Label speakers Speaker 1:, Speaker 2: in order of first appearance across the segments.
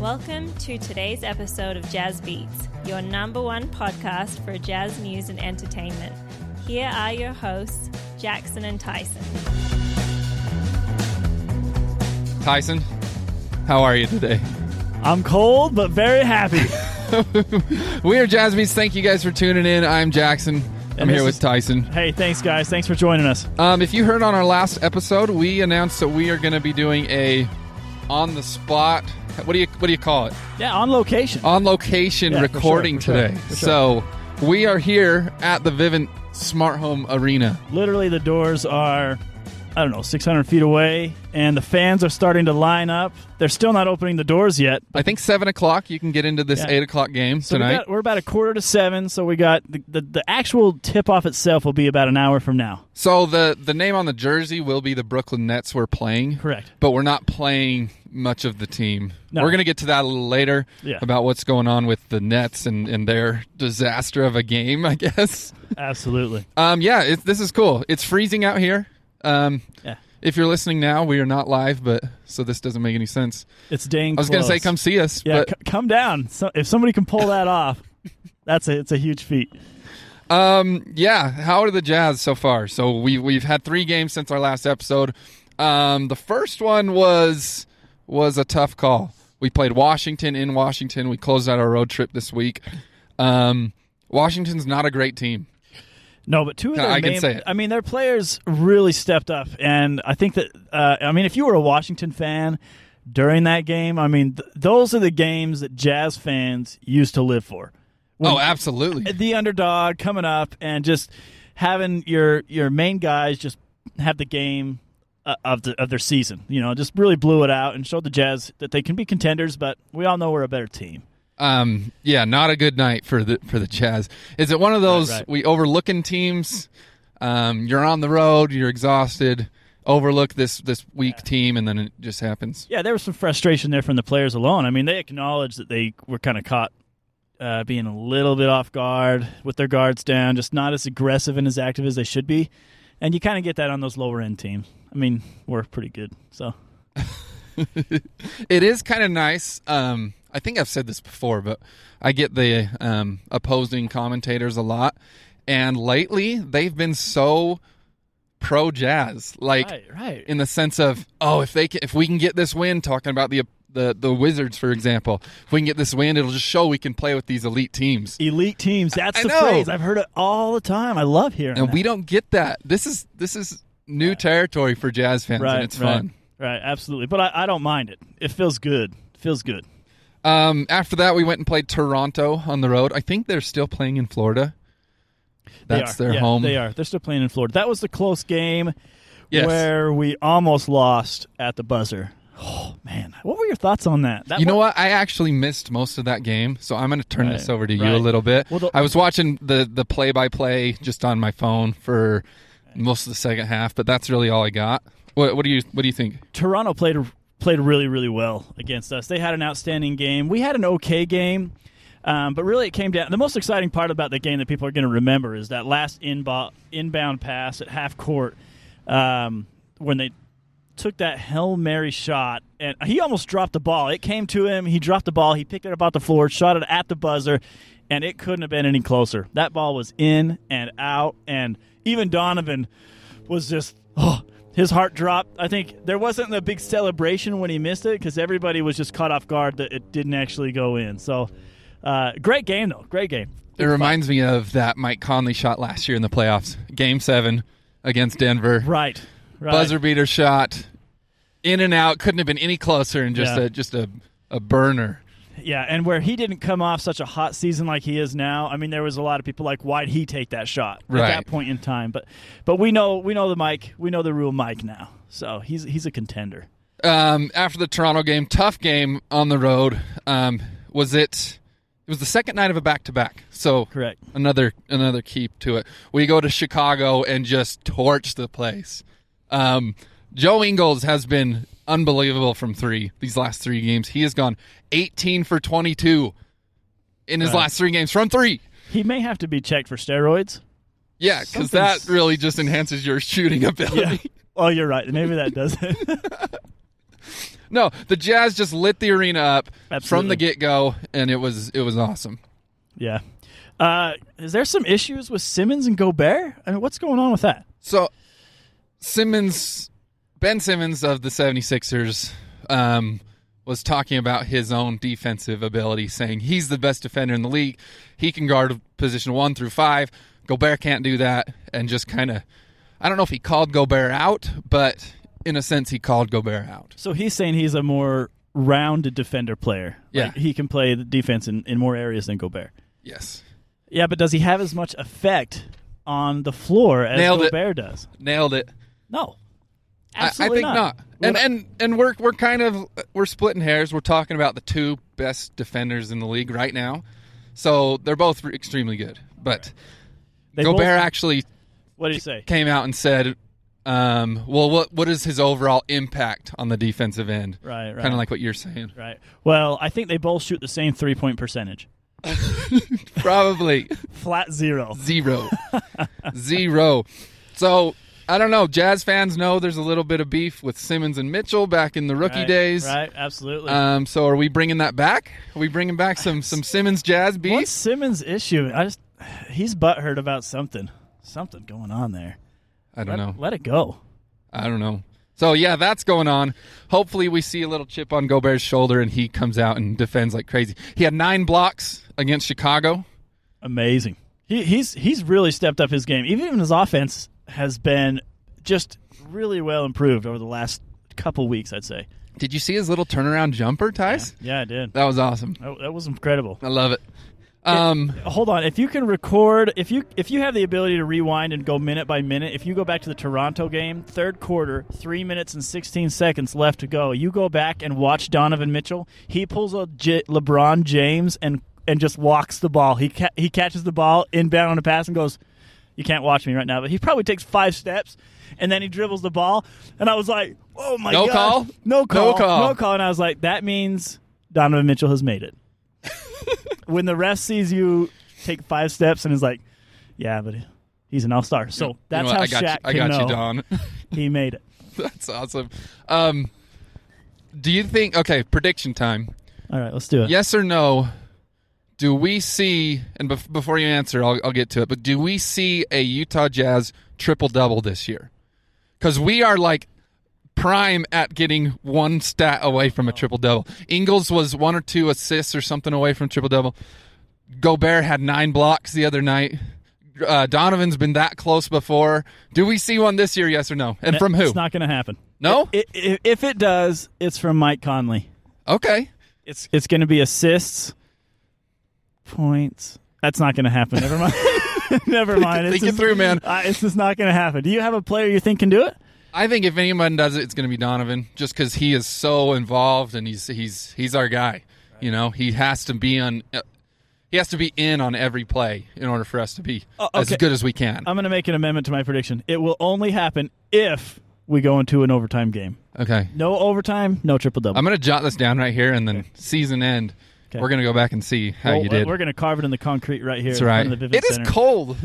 Speaker 1: Welcome to today's episode of Jazz Beats, your number one podcast for jazz news and entertainment. Here are your hosts, Jackson and Tyson.
Speaker 2: Tyson, how are you today?
Speaker 3: I'm cold, but very happy.
Speaker 2: we are Jazz Beats. Thank you guys for tuning in. I'm Jackson. I'm
Speaker 3: And
Speaker 2: here
Speaker 3: this
Speaker 2: with
Speaker 3: is-
Speaker 2: Tyson.
Speaker 3: hey, thanks, guys. Thanks for joining us.
Speaker 2: Um, if you heard on our last episode, we announced that we are going to be doing a on the spot. What do you what do you call it?
Speaker 3: Yeah, on location.
Speaker 2: On location
Speaker 3: Yeah, for
Speaker 2: recording
Speaker 3: sure, for sure,
Speaker 2: today.
Speaker 3: for
Speaker 2: So we are here at the Vivint Smart Home Arena.
Speaker 3: Literally, the doors are, I don't know, 600 feet away, and the fans are starting to line up. They're still not opening the doors yet.
Speaker 2: I think seven o'clock. You can get into this
Speaker 3: Yeah.
Speaker 2: eight o'clock game
Speaker 3: So we
Speaker 2: tonight.
Speaker 3: got, we're about a quarter to seven, so we got the, the, the actual tip off itself will be about an hour from now.
Speaker 2: so the the name on the jersey will be the Brooklyn Nets. We're playing.
Speaker 3: Correct.
Speaker 2: but we're not playing much of the team.
Speaker 3: No.
Speaker 2: We're going to get to that a little later
Speaker 3: Yeah.
Speaker 2: about what's going on with the Nets and, and their disaster of a game, I guess.
Speaker 3: Absolutely.
Speaker 2: Um, yeah, it, this is cool. It's freezing out here. Um,
Speaker 3: Yeah.
Speaker 2: if you're listening now, we are not live, but so this doesn't make any sense.
Speaker 3: It's dang
Speaker 2: I was going to
Speaker 3: close.
Speaker 2: say, come see us,
Speaker 3: Yeah,
Speaker 2: but
Speaker 3: c- come down. So, if somebody can pull that off, that's a, it's a huge feat.
Speaker 2: Um, yeah. How are the Jazz so far? So we we've had three games since our last episode. Um, the first one was was a tough call. We played Washington in Washington. We closed out our road trip this week. Um, Washington's not a great team.
Speaker 3: No, but two of
Speaker 2: Yeah,
Speaker 3: their
Speaker 2: I can
Speaker 3: main-
Speaker 2: say it.
Speaker 3: I mean, their players really stepped up, and I think that uh, I mean, if you were a Washington fan during that game, I mean, th- those are the games that Jazz fans used to live for. When
Speaker 2: oh, absolutely.
Speaker 3: the underdog coming up and just having your your main guys just have the game uh, of the of their season. You know, just really blew it out and showed the Jazz that they can be contenders, but we all know we're a better team.
Speaker 2: Um, yeah, not a good night for the for the Jazz. Is it one of those
Speaker 3: Right, right.
Speaker 2: we overlooking teams? Um, you're on the road. You're exhausted. Overlook this this weak team, and then it just happens.
Speaker 3: Yeah, there was some frustration there from the players alone. I mean, they acknowledged that they were kind of caught uh, being a little bit off guard with their guards down, just not as aggressive and as active as they should be. And you kind of get that on those lower end teams. I mean, we're pretty good. So,
Speaker 2: it is kind of nice. Um, I think I've said this before, but I get the um, opposing commentators a lot, and lately they've been so pro jazz, like
Speaker 3: right.
Speaker 2: in the sense of oh, if they can, if we can get this win, talking about the the the Wizards for example, if we can get this win, it'll just show we can play with these elite teams.
Speaker 3: Elite teams. That's
Speaker 2: I
Speaker 3: the
Speaker 2: know.
Speaker 3: phrase. I've heard it all the time. I love hearing
Speaker 2: And
Speaker 3: that.
Speaker 2: we don't get that. This is this is new territory for jazz fans,
Speaker 3: right,
Speaker 2: and it's
Speaker 3: right,
Speaker 2: fun.
Speaker 3: Right, absolutely. But I, I don't mind it. It feels good. feels good.
Speaker 2: Um, after that, we went and played Toronto on the road. I think they're still playing in Florida.
Speaker 3: They
Speaker 2: That's
Speaker 3: are.
Speaker 2: their
Speaker 3: Yeah,
Speaker 2: home.
Speaker 3: They are. They're still playing in Florida. That was the close game
Speaker 2: Yes.
Speaker 3: where we almost lost at the buzzer. Oh man, what were your thoughts on that? that
Speaker 2: You know what? I actually missed most of that game, so I'm going to turn this
Speaker 3: Right,
Speaker 2: over to you
Speaker 3: right.
Speaker 2: a little bit.
Speaker 3: Well, the-
Speaker 2: I was watching the the play by play just on my phone for most of the second half, but that's really all I got. What, what do you What do you think?
Speaker 3: Toronto played played really really well against us. They had an outstanding game. We had an okay game. Um, but really, it came down. The most exciting part about the game that people are going to remember is that last inbo- inbound pass at half court um, when they took that Hail Mary shot, and he almost dropped the ball. It came to him. He dropped the ball. He picked it up off the floor, shot it at the buzzer, and it couldn't have been any closer. That ball was in and out, and even Donovan was just, oh, his heart dropped. I think there wasn't a big celebration when he missed it because everybody was just caught off guard that it didn't actually go in. So, uh, great game, though. Great game.
Speaker 2: It reminds me of that Mike Conley shot last year in the playoffs, Game Seven against Denver.
Speaker 3: Right. Right.
Speaker 2: Buzzer beater shot, in and out. Couldn't have been any closer, and just
Speaker 3: Yeah.
Speaker 2: a just a, a burner.
Speaker 3: Yeah, and where he didn't come off such a hot season like he is now, I mean, there was a lot of people like, why'd he take that shot
Speaker 2: Right.
Speaker 3: at that point in time? But, but we know we know the Mike, we know the real Mike now. So he's he's a contender.
Speaker 2: um, after the Toronto game, tough game on the road. Um, was it? It was the second night of a back to back. So
Speaker 3: Correct.
Speaker 2: Another another key to it. We go to Chicago and just torch the place. Um, Joe Ingles has been unbelievable from three these last three games. He has gone eighteen for twenty two in his
Speaker 3: Right.
Speaker 2: last three games from three.
Speaker 3: He may have to be checked for steroids.
Speaker 2: Yeah, because
Speaker 3: Something's-
Speaker 2: that really just enhances your shooting ability.
Speaker 3: oh, you're right. Maybe that does. it.
Speaker 2: No, the Jazz just lit the arena up from
Speaker 3: Absolutely.
Speaker 2: the get go, and it was it was awesome.
Speaker 3: Yeah. Uh, is there some issues with Simmons and Gobert? I mean, what's going on with that?
Speaker 2: So Simmons, Ben Simmons of the 76ers, um, was talking about his own defensive ability, saying he's the best defender in the league. He can guard position one through five. Gobert can't do that, and just kind of, I don't know if he called Gobert out, but in a sense, he called Gobert out.
Speaker 3: So he's saying he's a more rounded defender player.
Speaker 2: Yeah.
Speaker 3: Like, he can play the defense in, in more areas than Gobert.
Speaker 2: Yes.
Speaker 3: Yeah, but does he have as much effect on the floor as
Speaker 2: Nailed it.
Speaker 3: Gobert does?
Speaker 2: Nailed it.
Speaker 3: No.
Speaker 2: I- I
Speaker 3: Absolutely
Speaker 2: think not. And and and we're we're kind of we're splitting hairs. We're talking about the two best defenders in the league right now, so they're both extremely good. But
Speaker 3: They
Speaker 2: Gobert
Speaker 3: both-
Speaker 2: actually
Speaker 3: what did he say?
Speaker 2: came out and said, um, "Well, what what is his overall impact on the defensive end?"
Speaker 3: Right, right.
Speaker 2: Kind of like what you're saying,
Speaker 3: Right. Well, I think they both shoot the same three point percentage.
Speaker 2: probably
Speaker 3: Flat zero.
Speaker 2: zero, zero. So I don't know. Jazz fans know there's a little bit of beef with Simmons and Mitchell back in the rookie
Speaker 3: Right,
Speaker 2: days.
Speaker 3: Right, absolutely.
Speaker 2: Um, so are we bringing that back? Are we bringing back some some Simmons jazz
Speaker 3: What's
Speaker 2: beats?
Speaker 3: Simmons' issue? I just he's butthurt about something. Something going on there.
Speaker 2: I don't know.
Speaker 3: Let it go.
Speaker 2: I don't know. So yeah, that's going on. Hopefully, we see a little chip on Gobert's shoulder, and he comes out and defends like crazy. He had nine blocks against Chicago.
Speaker 3: Amazing. He, he's he's really stepped up his game. Even even his offense has been just really well improved over the last couple weeks. I'd say.
Speaker 2: Did you see his little turnaround jumper, Tice?
Speaker 3: Yeah, I did.
Speaker 2: That was awesome.
Speaker 3: That, that was incredible.
Speaker 2: I love it. Um,
Speaker 3: Hold on. If you can record, if you if you have the ability to rewind and go minute by minute, if you go back to the Toronto game, third quarter, three minutes and sixteen seconds left to go, you go back and watch Donovan Mitchell. He pulls a J- LeBron James and and just walks the ball. He ca- he catches the ball inbound on a pass and goes. You can't watch me right now, but he probably takes five steps and then he dribbles the ball. And I was like, oh my
Speaker 2: No
Speaker 3: God.
Speaker 2: call?
Speaker 3: No
Speaker 2: No
Speaker 3: call.
Speaker 2: call.
Speaker 3: No call. And I was like, that means Donovan Mitchell has made it when the ref sees you take five steps and is like, "Yeah, but he's an all-star." So
Speaker 2: you know
Speaker 3: that's
Speaker 2: what?
Speaker 3: how
Speaker 2: I got
Speaker 3: Shaq
Speaker 2: you. I
Speaker 3: can
Speaker 2: got you,
Speaker 3: know
Speaker 2: Don.
Speaker 3: he made it.
Speaker 2: that's awesome. Um, do you think? Okay, prediction time.
Speaker 3: All right, let's do it.
Speaker 2: Yes or no? Do we see? And bef- before you answer, I'll, I'll get to it. But do we see a Utah Jazz triple double this year? Because we are like prime at getting one stat away from a triple double. Ingles was one or two assists or something away from triple double. Gobert had nine blocks the other night. Uh, Donovan's been that close before. Do we see one this year? Yes or no? And from who?
Speaker 3: It's not going to happen.
Speaker 2: No?
Speaker 3: I- i- if it does, it's from Mike Conley.
Speaker 2: okay.
Speaker 3: It's it's going to be assists, points. That's not going to happen. Never mind. Never mind. It's
Speaker 2: Think it through, man.
Speaker 3: Uh, it's just not going to happen. Do you have a player you think can do it?
Speaker 2: I think if anyone does it, it's going to be Donovan, just because he is so involved and he's he's he's our guy. You know, he has to be on, uh, he has to be in on every play in order for us to be
Speaker 3: Oh,
Speaker 2: as
Speaker 3: okay.
Speaker 2: good as we can.
Speaker 3: I'm going to make an amendment to my prediction. It will only happen if we go into an overtime game.
Speaker 2: okay,
Speaker 3: No overtime, no triple double.
Speaker 2: I'm going to jot this down right here, and then season end,
Speaker 3: Okay.
Speaker 2: we're going to go back and see how
Speaker 3: Well,
Speaker 2: Oh, you did.
Speaker 3: We're going to carve it in the concrete right here.
Speaker 2: That's
Speaker 3: in
Speaker 2: right.
Speaker 3: front of the
Speaker 2: It
Speaker 3: Vivid
Speaker 2: is
Speaker 3: Center.
Speaker 2: cold.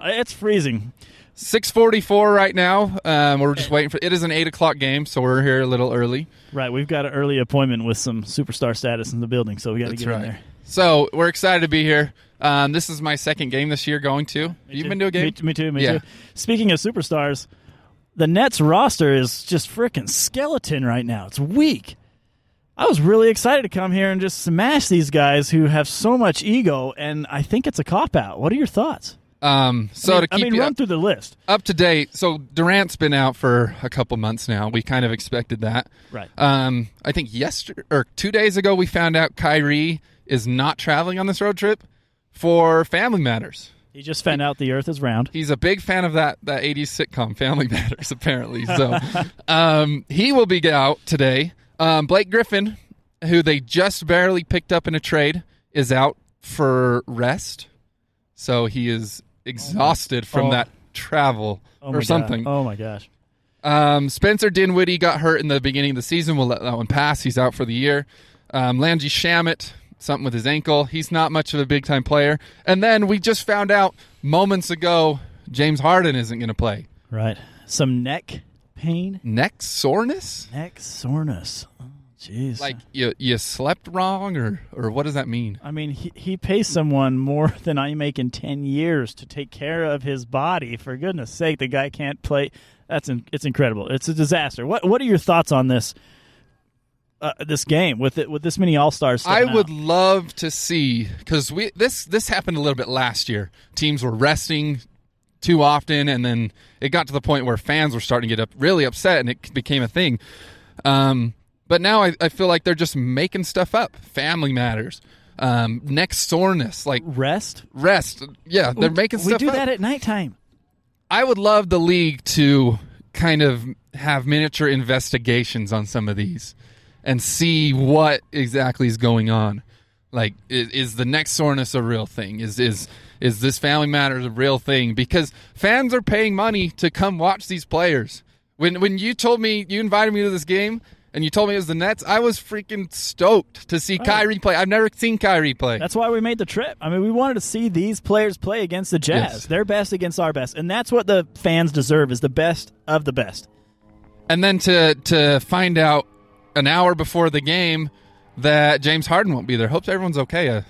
Speaker 3: Uh, It's freezing.
Speaker 2: Six forty-four right now. Um, we're just waiting for. It is an eight o'clock game, so we're here a little early.
Speaker 3: Right, we've got an early appointment with some superstar status in the building, so we got to get in there.
Speaker 2: So we're excited to be here. Um, this is my second game this year. Going to
Speaker 3: Me
Speaker 2: you've
Speaker 3: too.
Speaker 2: been to a game?
Speaker 3: Me, t- me too. Me
Speaker 2: Yeah.
Speaker 3: too. Speaking of superstars, the Nets roster is just freaking skeleton right now. It's weak. I was really excited to come here and just smash these guys who have so much ego, and I think it's a cop out. What are your thoughts?
Speaker 2: Um, so
Speaker 3: I mean,
Speaker 2: to keep
Speaker 3: I mean,
Speaker 2: you
Speaker 3: run
Speaker 2: up,
Speaker 3: through the list.
Speaker 2: up to date, so Durant's been out for a couple months now. We kind of expected that.
Speaker 3: Right.
Speaker 2: Um, I think yesterday or two days ago, we found out Kyrie is not traveling on this road trip for family matters.
Speaker 3: He just found out the Earth is round.
Speaker 2: He's a big fan of that that '80s sitcom Family Matters, apparently. So um, he will be out today. Um, Blake Griffin, who they just barely picked up in a trade, is out for rest. So he is exhausted from
Speaker 3: oh.
Speaker 2: that travel
Speaker 3: Oh my
Speaker 2: or
Speaker 3: God.
Speaker 2: something.
Speaker 3: Oh my gosh.
Speaker 2: Um, Spencer Dinwiddie got hurt in the beginning of the season. We'll let that one pass. He's out for the year. Um, Lanji Shamit, something with his ankle. He's not much of a big time player. And then we just found out moments ago James Harden isn't going to play.
Speaker 3: Right. Some neck pain.
Speaker 2: Neck soreness?
Speaker 3: Neck soreness. Oh, Jeez.
Speaker 2: Like you you slept wrong or or what does that mean?
Speaker 3: I mean, he, he pays someone more than I make in 10 years to take care of his body. For goodness sake, the guy can't play. That's in, it's incredible. It's a disaster. What what are your thoughts on this uh, this game with it with this many all-stars?
Speaker 2: I
Speaker 3: stepping
Speaker 2: would
Speaker 3: out?
Speaker 2: love to see because we this this happened a little bit last year. Teams were resting too often, and then it got to the point where fans were starting to get up really upset, and it became a thing. Um, but now I, I feel like they're just making stuff up. Family matters, um, neck soreness, like
Speaker 3: rest.
Speaker 2: rest. Yeah, they're making
Speaker 3: We
Speaker 2: stuff
Speaker 3: do
Speaker 2: up.
Speaker 3: that at nighttime.
Speaker 2: I would love the league to kind of have miniature investigations on some of these and see what exactly is going on. Like, is, is the neck soreness a real thing? Is is is this Family Matters a real thing? Because fans are paying money to come watch these players. When when you told me you invited me to this game and you told me it was the Nets, I was freaking stoked to see Kyrie play. I've never seen Kyrie play.
Speaker 3: That's why we made the trip. I mean, we wanted to see these players play against the Jazz.
Speaker 2: Yes.
Speaker 3: Their best against our best. And that's what the fans deserve is the best of the best.
Speaker 2: and then to to find out an hour before the game that James Harden won't be there. Hopes everyone's okay. A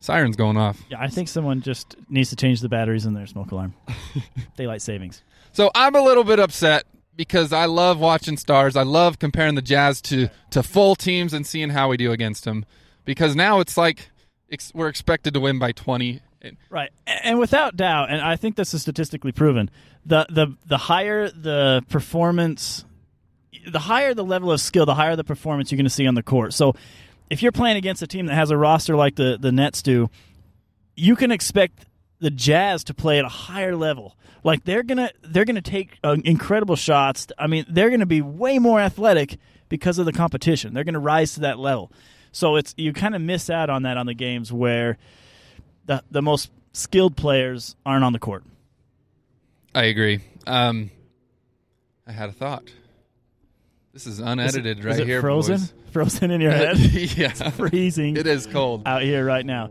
Speaker 2: siren's going off.
Speaker 3: Yeah, I think someone just needs to change the batteries in their smoke alarm. Daylight savings.
Speaker 2: So I'm a little bit upset because I love watching stars. I love comparing the Jazz to to full teams and seeing how we do against them. Because now it's like ex- we're expected to win by 20. And
Speaker 3: Right, A- and without doubt, and I think this is statistically proven. The the the higher the performance, the higher the level of skill, the higher the performance you're going to see on the court. So, if you're playing against a team that has a roster like the the Nets do, you can expect the Jazz to play at a higher level. Like they're gonna they're gonna take uh, incredible shots. I mean, they're gonna be way more athletic because of the competition. They're gonna rise to that level. So it's you kind of miss out on that on the games where the the most skilled players aren't on the court.
Speaker 2: I agree. Um, I had a thought. This is unedited
Speaker 3: Is
Speaker 2: right
Speaker 3: it
Speaker 2: here.
Speaker 3: frozen,
Speaker 2: boys.
Speaker 3: frozen in your head,
Speaker 2: yeah,
Speaker 3: freezing
Speaker 2: it is cold.
Speaker 3: out here right now.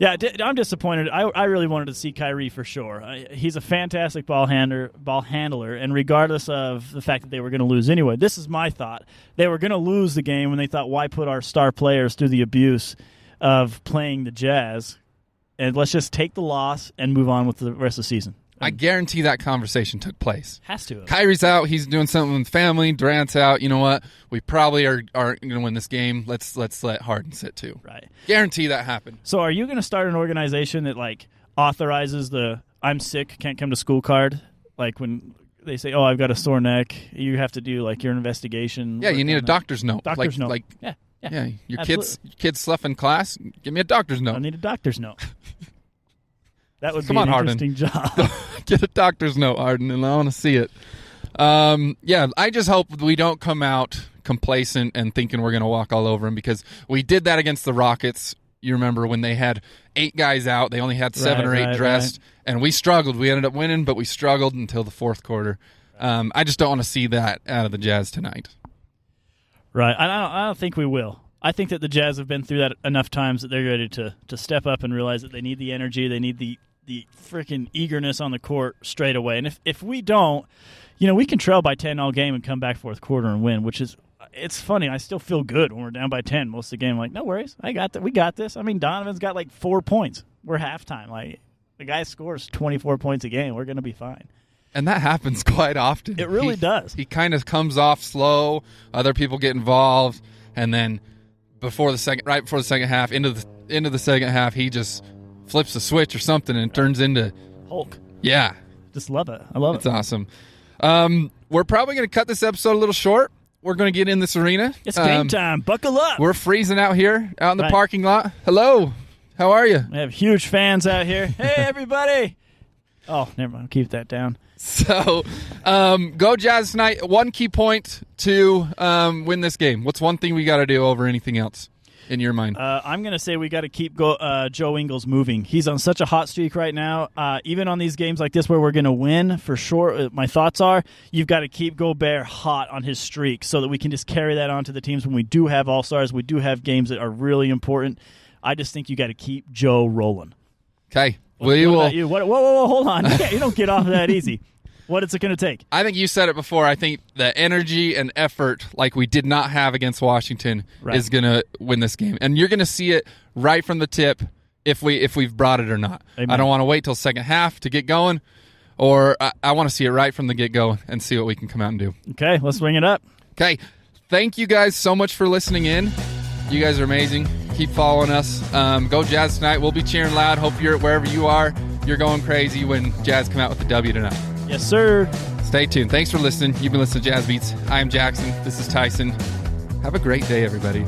Speaker 3: Yeah, di- I'm disappointed. I, I really wanted to see Kyrie for sure. I, he's a fantastic ball handler, ball handler, and regardless of the fact that they were going to lose anyway, this is my thought. They were going to lose the game when they thought, why put our star players through the abuse of playing the Jazz, and let's just take the loss and move on with the rest of the season.
Speaker 2: I guarantee that conversation took place.
Speaker 3: Has to. Have.
Speaker 2: Kyrie's out. He's doing something with family. Durant's out. You know what? We probably are, aren't going to win this game. Let's let's let Harden sit too.
Speaker 3: Right.
Speaker 2: Guarantee that happened.
Speaker 3: So are you going to start an organization that like authorizes the I'm sick, can't come to school card? Like when they say, "Oh, I've got a sore neck," you have to do like your investigation.
Speaker 2: Yeah,
Speaker 3: work
Speaker 2: you need
Speaker 3: on
Speaker 2: a
Speaker 3: that.
Speaker 2: doctor's note.
Speaker 3: doctor's
Speaker 2: like,
Speaker 3: note.
Speaker 2: Like
Speaker 3: yeah, yeah,
Speaker 2: yeah, your kids your kids slept in class. Give me a doctor's
Speaker 3: I
Speaker 2: note.
Speaker 3: need a doctor's note. That would
Speaker 2: Come
Speaker 3: be
Speaker 2: on,
Speaker 3: an
Speaker 2: Harden.
Speaker 3: interesting job.
Speaker 2: Get a doctor's note, Harden, and I want to see it. Um, yeah, I just hope we don't come out complacent and thinking we're going to walk all over him because we did that against the Rockets. You remember when they had eight guys out, they only had seven
Speaker 3: Right,
Speaker 2: or eight
Speaker 3: right, right.
Speaker 2: dressed, and we struggled. We ended up winning, but we struggled until the fourth quarter. Um, I just don't want to see that out of the Jazz tonight.
Speaker 3: Right. I don't, I don't think we will. I think that the Jazz have been through that enough times that they're ready to, to step up and realize that they need the energy, they need the the freaking eagerness on the court straight away. And if, if we don't, you know, we can trail by 10 all game and come back fourth quarter and win, which is it's funny. I still feel good when we're down by 10 most of the game. like, no worries. I got that. We got this. I mean, Donovan's got like 4 points. We're halftime. Like the guy scores 24 points a game. We're going to be fine.
Speaker 2: And that happens quite often.
Speaker 3: It really
Speaker 2: He-
Speaker 3: does.
Speaker 2: He kind of comes off slow. Other people get involved, and then before the second, right before the second half, into the into the second half, he just flips the switch or something and turns into
Speaker 3: Hulk.
Speaker 2: yeah,
Speaker 3: Just love it. I love
Speaker 2: it's
Speaker 3: it.
Speaker 2: awesome. Um, we're probably going to cut this episode a little short. We're going to get in this arena.
Speaker 3: It's game
Speaker 2: Um,
Speaker 3: time. Buckle up.
Speaker 2: We're freezing out here, out in the
Speaker 3: Right.
Speaker 2: parking lot. Hello, how are you?
Speaker 3: We have huge fans out here. Hey, everybody! oh, never mind. Keep that down.
Speaker 2: So, um, go Jazz tonight. One key point to um, win this game. What's one thing we got to do over anything else in your mind?
Speaker 3: Uh, I'm going to say we got to keep go, uh, Joe Ingles moving. He's on such a hot streak right now. Uh, even on these games like this where we're going to win for sure, uh, my thoughts are you've got to keep Gobert hot on his streak so that we can just carry that on to the teams when we do have All Stars. We do have games that are really important. I just think you got to keep Joe rolling.
Speaker 2: Okay, we
Speaker 3: What
Speaker 2: will.
Speaker 3: about you? What, whoa, whoa, whoa! Hold on. You, can't- you don't get off that easy. What is it going to take?
Speaker 2: I think you said it before. I think the energy and effort, like we did not have against Washington,
Speaker 3: Right.
Speaker 2: is going to win this game, and you're going to see it right from the tip if we if we've brought it or not.
Speaker 3: Amen.
Speaker 2: I don't want to wait till second half to get going, or I, I want to see it right from the get go and see what we can come out and do.
Speaker 3: Okay, let's ring it up.
Speaker 2: Okay, thank you guys so much for listening in. You guys are amazing. Keep following us. Um, go Jazz tonight. We'll be cheering loud. Hope you're wherever you are. You're going crazy when Jazz come out with the W tonight.
Speaker 3: Yes, sir.
Speaker 2: Stay tuned. Thanks for listening. You've been listening to Jazz Beats. I'm Jackson. This is Tyson. Have a great day, everybody.